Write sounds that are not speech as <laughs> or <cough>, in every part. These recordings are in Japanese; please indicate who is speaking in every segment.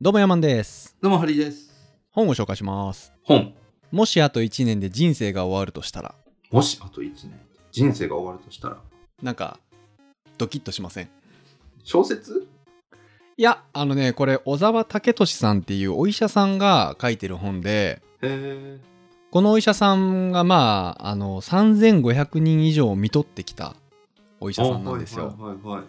Speaker 1: どうもヤマンです。
Speaker 2: どうも、ハリーです。
Speaker 1: 本を紹介します。
Speaker 2: 本。
Speaker 1: もしあと1年で人生が終わるとしたら、
Speaker 2: もしあと1年、人生が終わるとしたら、
Speaker 1: なんか、ドキッとしません。
Speaker 2: 小説
Speaker 1: いや、あのね、これ、小沢武俊さんっていうお医者さんが書いてる本で、
Speaker 2: へえ。
Speaker 1: このお医者さんが、まあ、あの、3500人以上を見とってきたお医者さんなんですよ。
Speaker 2: はいはいはいはい。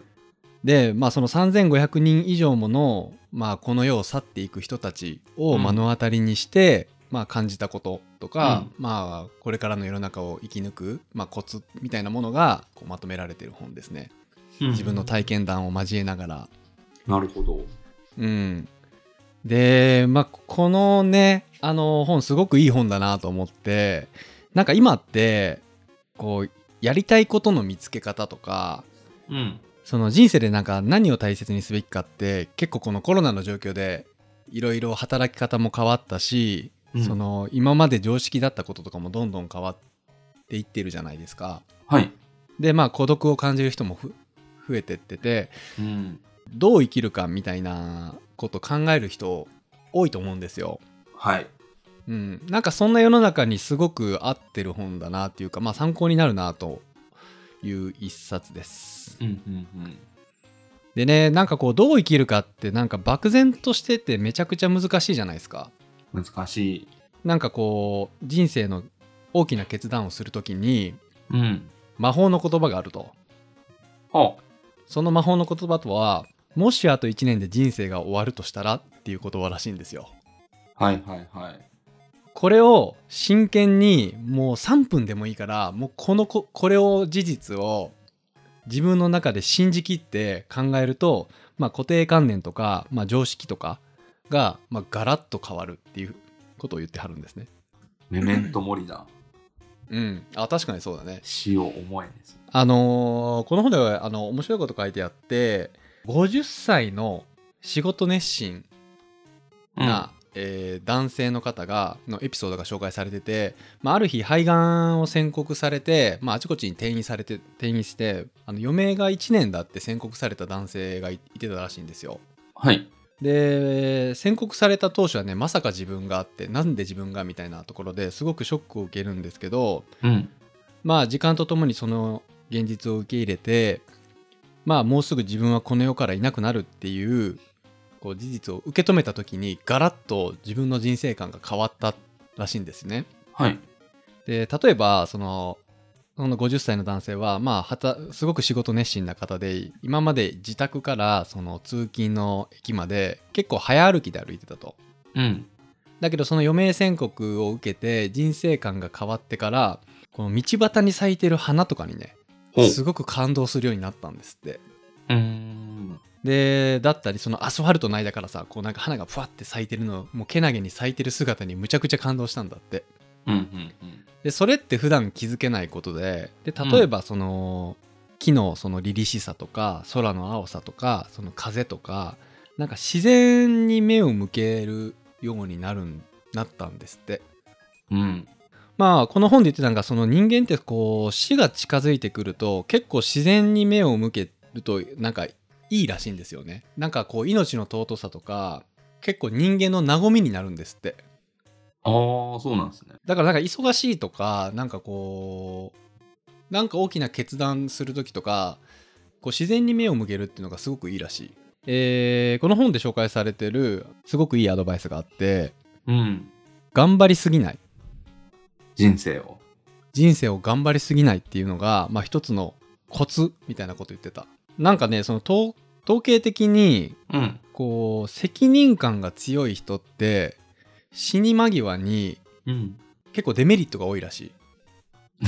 Speaker 1: で、まあ、その3500人以上もの、まあ、この世を去っていく人たちを目の当たりにして、まあ、感じたこととか、まあ、これからの世の中を生き抜く、まあ、コツみたいなものがこうまとめられてる本ですね。自分の体験談を交えながら。
Speaker 2: なるほど。
Speaker 1: うん、で、まあ、このねあの本すごくいい本だなと思ってなんか今ってこうやりたいことの見つけ方とか
Speaker 2: うん。
Speaker 1: その人生でなんか何を大切にすべきかって結構このコロナの状況でいろいろ働き方も変わったし、
Speaker 2: うん
Speaker 1: その今まで常識だったこととかもどんどん変わっていってるじゃないですか。
Speaker 2: はい。
Speaker 1: でまあ孤独を感じる人もふ増えてってて
Speaker 2: うん。
Speaker 1: どう生きるかみたいなこと考える人多いと思うんですよ。
Speaker 2: はい。
Speaker 1: うん、なんかそんな世の中にすごく合ってる本だなっていうか、まあ、参考になるなという一冊です。
Speaker 2: うんうん
Speaker 1: でねなんかこうどう生きるかってなんか漠然としててめちゃくちゃ難しいじゃないですか。
Speaker 2: うん。難しい。
Speaker 1: なんかこう人生の大きな決断をするときに
Speaker 2: うん。
Speaker 1: 魔法の言葉があると。
Speaker 2: は
Speaker 1: その魔法の言葉とはもしあと1年で人生が終わるとしたらっていう言葉らしいんですよ。
Speaker 2: あ。はいはいはい。
Speaker 1: これを真剣にもう3分でもいいからもうこのここれを事実を自分の中で信じきって考えると、まあ、固定観念とか、まあ、常識とかが、まあ、ガラッと変わるっていうことを言ってはるんですね。
Speaker 2: メメントモリだ。
Speaker 1: うん、あ確かにそうだね。
Speaker 2: 死を思えです。
Speaker 1: あのーこの本ではあの面白いこと書いてあって50歳の仕事熱心な、えー男性の方がのエピソードが紹介されてて、まあ、ある日肺がんを宣告されて、まあ、あちこちに転院されて転院してあの余命が1年だって宣告された男性がいいてたらしいんですよ。
Speaker 2: はい。
Speaker 1: で宣告された当初はねまさか自分があってなんで自分がみたいなところですごくショックを受けるんですけど
Speaker 2: うん。
Speaker 1: まあ時間とともにその現実を受け入れてまあもうすぐ自分はこの世からいなくなるっていうこう事実を受け止めた時にガラッと自分の人生観が変わったらしいんですね。
Speaker 2: はい。
Speaker 1: で例えばそのその50歳の男性は、まあ、はたすごく仕事熱心な方で今まで自宅からその通勤の駅まで結構早歩きで歩いてたと。
Speaker 2: うん。
Speaker 1: だけどその余命宣告を受けて人生観が変わってからこの道端に咲いてる花とかにね
Speaker 2: ほう。
Speaker 1: すごく感動するようになったんですって。
Speaker 2: うーん。
Speaker 1: でだったりそのアスファルトの間からさこうなんか花がふわって咲いてるのもうけなげに咲いてる姿にむちゃくちゃ感動したんだって。
Speaker 2: うんうんうん。
Speaker 1: でそれって普段気づけないことでで例えばその、木のその凛々しさとか空の青さとかその風とかなんか自然に目を向けるようになるんなったんですって。
Speaker 2: うん。
Speaker 1: まあこの本で言ってたのがその人間ってこう死が近づいてくると結構自然に目を向けるとなんかいいらしいんですよね。なんかこう命の尊さとか結構人間の和みになるんですって。
Speaker 2: ああ、そうなんですね。
Speaker 1: だからなんか忙しいとかなんかこうなんか大きな決断する時とかこう自然に目を向けるっていうのがすごくいいらしい。えーこの本で紹介されてるすごくいいアドバイスがあって
Speaker 2: うん。
Speaker 1: 頑張りすぎない
Speaker 2: 人生を。
Speaker 1: 人生を頑張りすぎないっていうのが、まあ、一つのコツみたいなこと言ってたなんかねその統統計的に
Speaker 2: うん。
Speaker 1: こう責任感が強い人って死に間際に
Speaker 2: うん。
Speaker 1: 結構デメリットが多いらしい
Speaker 2: <laughs>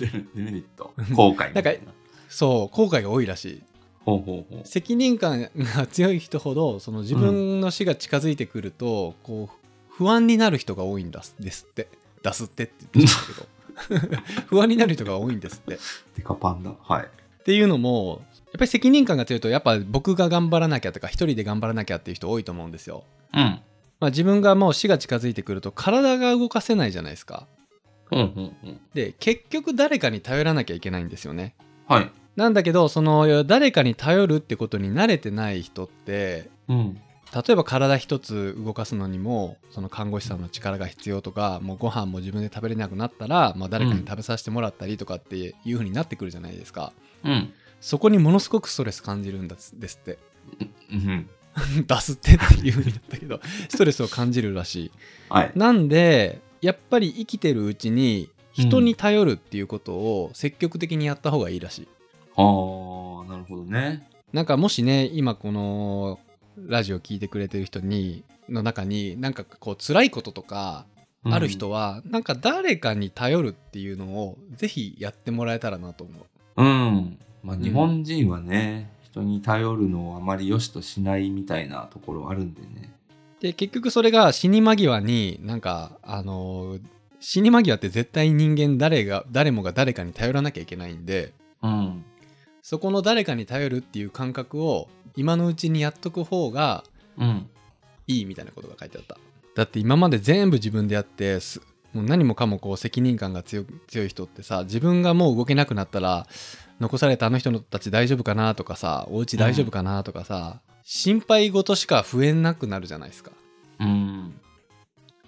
Speaker 2: デメリット。後悔みたいな。
Speaker 1: そう後悔が多いらしい
Speaker 2: ほうほうほう。
Speaker 1: 責任感が強い人ほどその自分の死が近づいてくると、こう不安になる人が多いんだすですって出すってって言ってたけど不安になる人が多いんですって
Speaker 2: デカパンダ。はい。
Speaker 1: っていうのもやっぱり責任感が強いとやっぱ僕が頑張らなきゃとか一人で頑張らなきゃっていう人多いと思うんですよ。
Speaker 2: うん。
Speaker 1: まあ、自分がもう死が近づいてくると体が動かせないじゃないですか。
Speaker 2: うんうんうん。
Speaker 1: で結局誰かに頼らなきゃいけないんですよね。
Speaker 2: はい。
Speaker 1: なんだけどその誰かに頼るってことに慣れてない人って
Speaker 2: うん。
Speaker 1: 例えば体一つ動かすのにもその看護師さんの力が必要とかもうご飯も自分で食べれなくなったら、まあ、誰かに食べさせてもらったりとかっていう風になってくるじゃないですか、
Speaker 2: うん。
Speaker 1: そこにものすごくストレス感じるんですですって
Speaker 2: うん。
Speaker 1: <laughs> 出すってっていう風になったけどストレスを感じるらし
Speaker 2: はい
Speaker 1: い。なんでやっぱり生きてるうちに人に頼るっていうことを積極的にやった方がいいらしい
Speaker 2: ああ、なるほどね。
Speaker 1: なんかもしね今このラジオ聞いてくれてる人にの中になんかこう辛いこととか
Speaker 2: うん
Speaker 1: ある人は、なんか誰かに頼るっていうのをぜひやってもらえたらなと思う
Speaker 2: うん。まあ、
Speaker 1: うん
Speaker 2: 日本人はね、人に頼るのをあまり良しとしないみたいなところあるんでね。
Speaker 1: で結局それが死に間際になんかあのー死に間際って絶対人間誰が誰もが誰かに頼らなきゃいけないんで
Speaker 2: うん。
Speaker 1: そこの誰かに頼るっていう感覚を今のうちにやっとく方が
Speaker 2: うん。
Speaker 1: いいみたいなことが書いてあっただって今まで全部自分でやってすもう何もかもこう責任感が強く強い人ってさ自分がもう動けなくなったら残されたあの人たち大丈夫かなとかさお家大丈夫かなとかさ、心配事しか増えなくなるじゃないですか
Speaker 2: うん。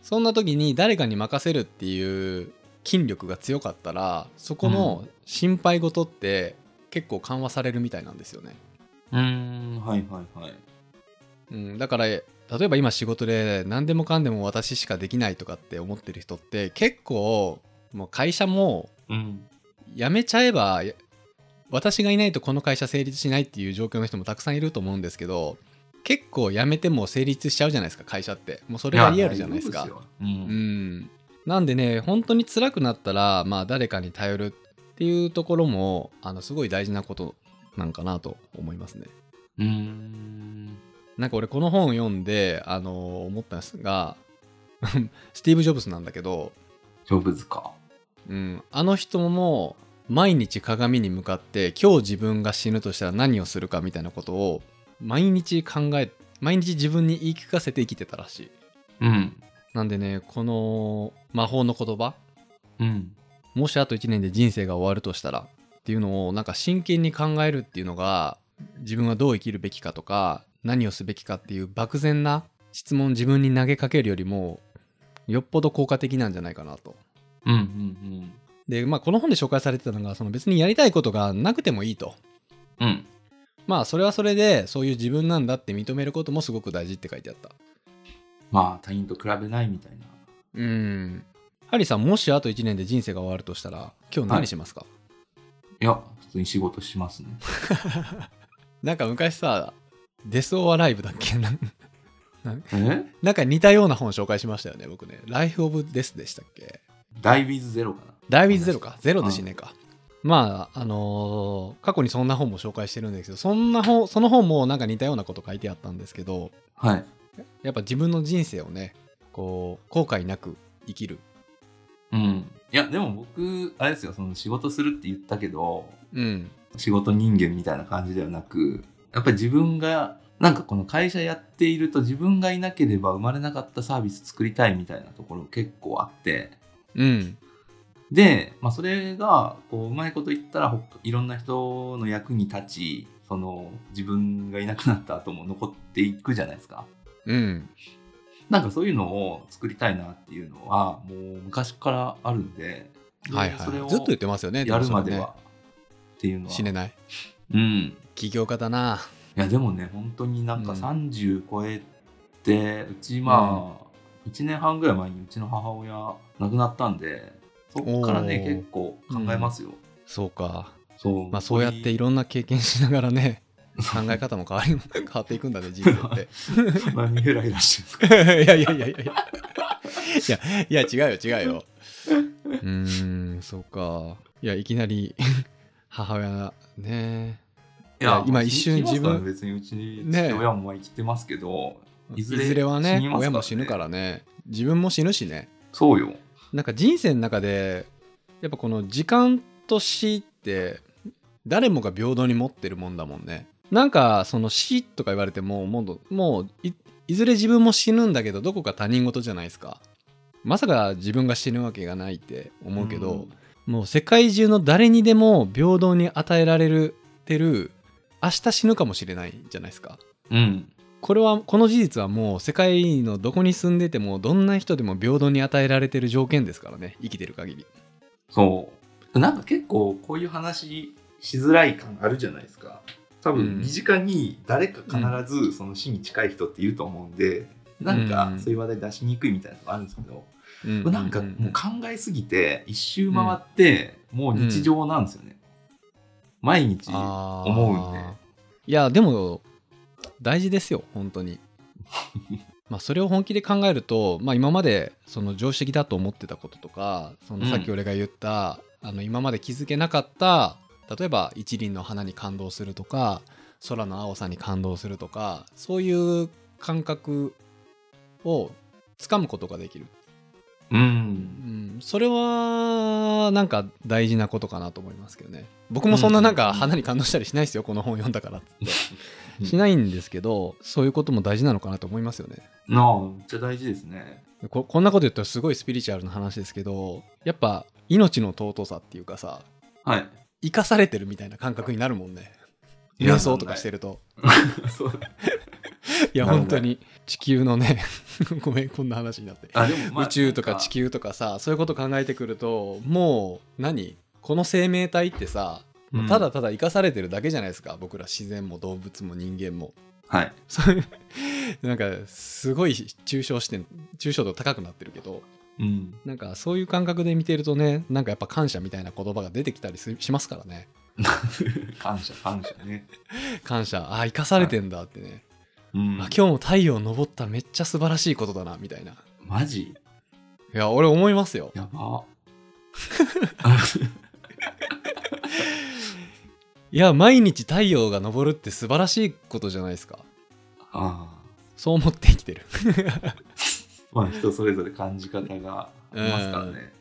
Speaker 1: そんな時に誰かに任せるっていう筋力が強かったらそこの心配事って結構緩和されるみたいなんですよね、
Speaker 2: うん。はいはいはい。
Speaker 1: うん、だから例えば今仕事で何でもかんでも私しかできないとかって思ってる人って結構もう会社も
Speaker 2: うん。
Speaker 1: 辞めちゃえばや私がいないとこの会社成立しないっていう状況の人もたくさんいると思うんですけど結構辞めても成立しちゃうじゃないですか会社ってもうそれがリアルじゃないですか
Speaker 2: や。大丈夫
Speaker 1: う
Speaker 2: ですよ
Speaker 1: ん、なんでね本当に辛くなったら、まあ、誰かに頼るっていうところもあのすごい大事なことなんかなと思いますね。
Speaker 2: うん。うん。
Speaker 1: なんか俺この本を読んで、あのー思ったんですが <laughs> スティーブ・ジョブズなんだけど、
Speaker 2: ジョブズか。
Speaker 1: うん、あの人も毎日鏡に向かって今日自分が死ぬとしたら何をするかみたいなことを毎日考え毎日自分に言い聞かせて生きてたらしい。
Speaker 2: うん。
Speaker 1: なんでねこの魔法の言葉
Speaker 2: うん。
Speaker 1: もしあと1年で人生が終わるとしたらっていうのをなんか真剣に考えるっていうのが自分はどう生きるべきかとか何をすべきかっていう漠然な質問を自分に投げかけるよりもよっぽど効果的なんじゃないかなと。
Speaker 2: うんうん
Speaker 1: でまあこの本で紹介されてたのがその別にやりたいことがなくてもいいと。
Speaker 2: うん。うん。
Speaker 1: まあそれはそれでそういう自分なんだって認めることもすごく大事って書いてあった。
Speaker 2: まあ他人と比べないみたいな。
Speaker 1: うん。ハリーさんもしあと1年で人生が終わるとしたら今日何しますか、
Speaker 2: いや、普通に仕事しますね。
Speaker 1: なんか昔さ、デス・オア・ライブだっけな
Speaker 2: え
Speaker 1: なんか似たような本紹介しましたよね、僕ね。ライフ・オブ・デスでしたっけ
Speaker 2: ダイビーズゼロかな。
Speaker 1: ダイビーズゼロか。ゼロで死ねか。まあ、あのー過去にそんな本も紹介してるんですけど、そんな本、その本もなんか似たようなこと書いてあったんですけど、
Speaker 2: はい。
Speaker 1: やっぱ自分の人生をね、こう、後悔なく生きる。
Speaker 2: うん。いや、でも僕、あれですよ、その仕事するって言ったけど、
Speaker 1: うん。
Speaker 2: 仕事人間みたいな感じではなく、やっぱり自分が、なんかこの会社やっていると自分がいなければ生まれなかったサービス作りたいみたいなところ結構あって、
Speaker 1: うん。
Speaker 2: で、まあ、それがこううまいこと言ったらほかいろんな人の役に立ちその自分がいなくなった後も残っていくじゃないですか
Speaker 1: うん。
Speaker 2: なんかそういうのを作りたいなっていうのはもう昔からあるんでで
Speaker 1: はいはい。
Speaker 2: それ
Speaker 1: ずっと言って
Speaker 2: を
Speaker 1: ますよね、
Speaker 2: やるま
Speaker 1: もそ
Speaker 2: で
Speaker 1: れね
Speaker 2: はっていうのは
Speaker 1: 死ねない。
Speaker 2: うん
Speaker 1: 起業家だな。
Speaker 2: いやでもね本当になんか
Speaker 1: うん
Speaker 2: 30超えて、うちまあ1年半ぐらい前にうちの母親亡くなったんでそっからね
Speaker 1: おー
Speaker 2: 結構考えますよ、
Speaker 1: そうか。
Speaker 2: そう
Speaker 1: まあそうやっていろんな経験しながら
Speaker 2: <laughs>
Speaker 1: ね、考え方も変わり変わっていくんだね、人生って。 <laughs>
Speaker 2: 何ヘラヘラしてるんですか
Speaker 1: いやいやい
Speaker 2: <laughs>
Speaker 1: やいやいや。いや、いや違うよ、違うよ。うーん、そうか。いや、いきなり <laughs> 母親ね。
Speaker 2: い
Speaker 1: や今一瞬自分
Speaker 2: 別にうちに
Speaker 1: ねえ
Speaker 2: 父親も生きてますけど、
Speaker 1: い
Speaker 2: い
Speaker 1: ず
Speaker 2: ず
Speaker 1: れ
Speaker 2: れ
Speaker 1: はね
Speaker 2: 死にますからね
Speaker 1: 親も死ぬからね。自分も死ぬしね。
Speaker 2: そうよ
Speaker 1: なんか人生の中で、やっぱこの時間と死って、誰もが平等に持ってるもんだもんね。なんか、その死とか言われても、もう、もうい、いずれ自分も死ぬんだけど、どこか他人事じゃないですか。まさか自分が死ぬわけがないって思うけど、もう世界中の誰にでも平等に与えられてる明日死ぬかもしれないじゃないですか
Speaker 2: うん
Speaker 1: これはこの事実はもう世界のどこに住んでてもどんな人でも平等に与えられてる条件ですからね生きてる限り
Speaker 2: そう。なんか結構こういう話しづらい感あるじゃないですか。多
Speaker 1: うん
Speaker 2: 分身近に誰か必ずその死に近い人っていると思うんで、なんかそういう話題出しにくいみたいなのがあるんですけど、
Speaker 1: ううう
Speaker 2: なんかもう考えすぎて一周回ってもう日常なんですよね。毎日思
Speaker 1: あー
Speaker 2: うんで。
Speaker 1: いやでも大事ですよ本当
Speaker 2: <laughs>
Speaker 1: にまあそれを本気で考えると、まあ、今までその常識的だと思ってたこととかその
Speaker 2: うん
Speaker 1: さっき俺が言った、あの今まで気づけなかった例えば一輪の花に感動するとか空の青さに感動するとかそういう感覚をつかむことができる、 <laughs>
Speaker 2: うん。
Speaker 1: うん、それはなんか大事なことかなと思いますけどね僕もそんななんか花に感動したりしないですよこの本読んだからっつってしないんですけど、そういうことも大事なのかなと思いますよね。
Speaker 2: なあ、めっちゃ大事ですね。
Speaker 1: ここんなこと言ったらすごいスピリチュアルな話ですけどやっぱ命の尊さっていうかさ
Speaker 2: はい。 <laughs>
Speaker 1: 生かされてるみたいな感覚になるもんね
Speaker 2: いや
Speaker 1: 瞑想とかしてると
Speaker 2: そう
Speaker 1: いや
Speaker 2: なるね
Speaker 1: 本当に地球のね <laughs> ごめんこんな話になって、
Speaker 2: あでもまあ
Speaker 1: 宇宙とか
Speaker 2: なん
Speaker 1: 地球とかさそういうこと考えてくるともう何この生命体ってさ
Speaker 2: うん
Speaker 1: ただただ生かされてるだけじゃないですか、僕ら自然も動物も人間も
Speaker 2: はい。
Speaker 1: そういうなんかすごい抽象視点抽象度高くなってるけど
Speaker 2: うん。
Speaker 1: なんかそういう感覚で見てるとねなんかやっぱ感謝みたいな言葉が出てきたりすしますからね
Speaker 2: 感謝、感謝ね。
Speaker 1: 感謝あ生かされてんだってね、
Speaker 2: うん
Speaker 1: あ今日も太陽昇っためっちゃ素晴らしいことだなみたいな
Speaker 2: マジ
Speaker 1: いや俺思いますよ
Speaker 2: や
Speaker 1: <laughs>
Speaker 2: ば。
Speaker 1: いや毎日太陽が昇るって素晴らしいことじゃないですか
Speaker 2: あ
Speaker 1: そう思って生きてる
Speaker 2: ーまあ人それぞれ感じ方がありますからね。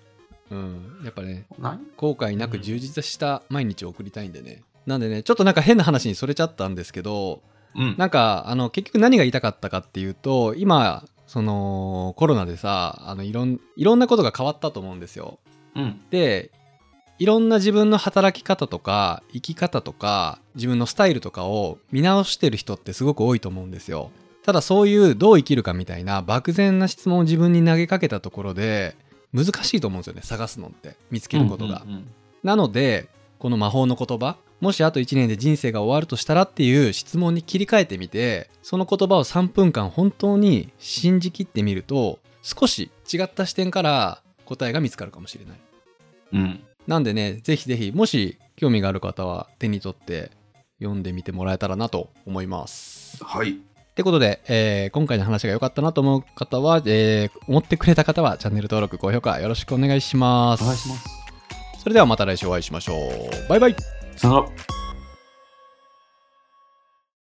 Speaker 1: うんやっぱね
Speaker 2: ない
Speaker 1: 後悔なく充実した毎日を送りたいんでね、なんでねちょっとなんか変な話にそれちゃったんですけど
Speaker 2: うん
Speaker 1: なんかあの結局何が言いたかったかっていうと今そのコロナでさあのいろんいろんなことが変わったと思うんですよ。
Speaker 2: うん。
Speaker 1: でいろんな自分の働き方とか生き方とか自分のスタイルとかを見直してる人ってすごく多いと思うんですよ。ただそういうどう生きるかみたいな漠然な質問を自分に投げかけたところで難しいと思うんですよね探すのって見つけることが。
Speaker 2: うんうん
Speaker 1: なのでこの魔法の言葉もしあと1年で人生が終わるとしたらっていう質問に切り替えてみてその言葉を3分間本当に信じきってみると少し違った視点から答えが見つかるかもしれない
Speaker 2: うん。うん
Speaker 1: なんでねぜひぜひもし興味がある方は手に取って読んでみてもらえたらなと思います
Speaker 2: はい。
Speaker 1: ってことで、えー今回の話が良かったなと思う方は、えー思ってくれた方はチャンネル登録高評価よろしくお願いします
Speaker 2: お願いします。
Speaker 1: それではまた来週お会いしましょうバイバイ
Speaker 2: さよなら。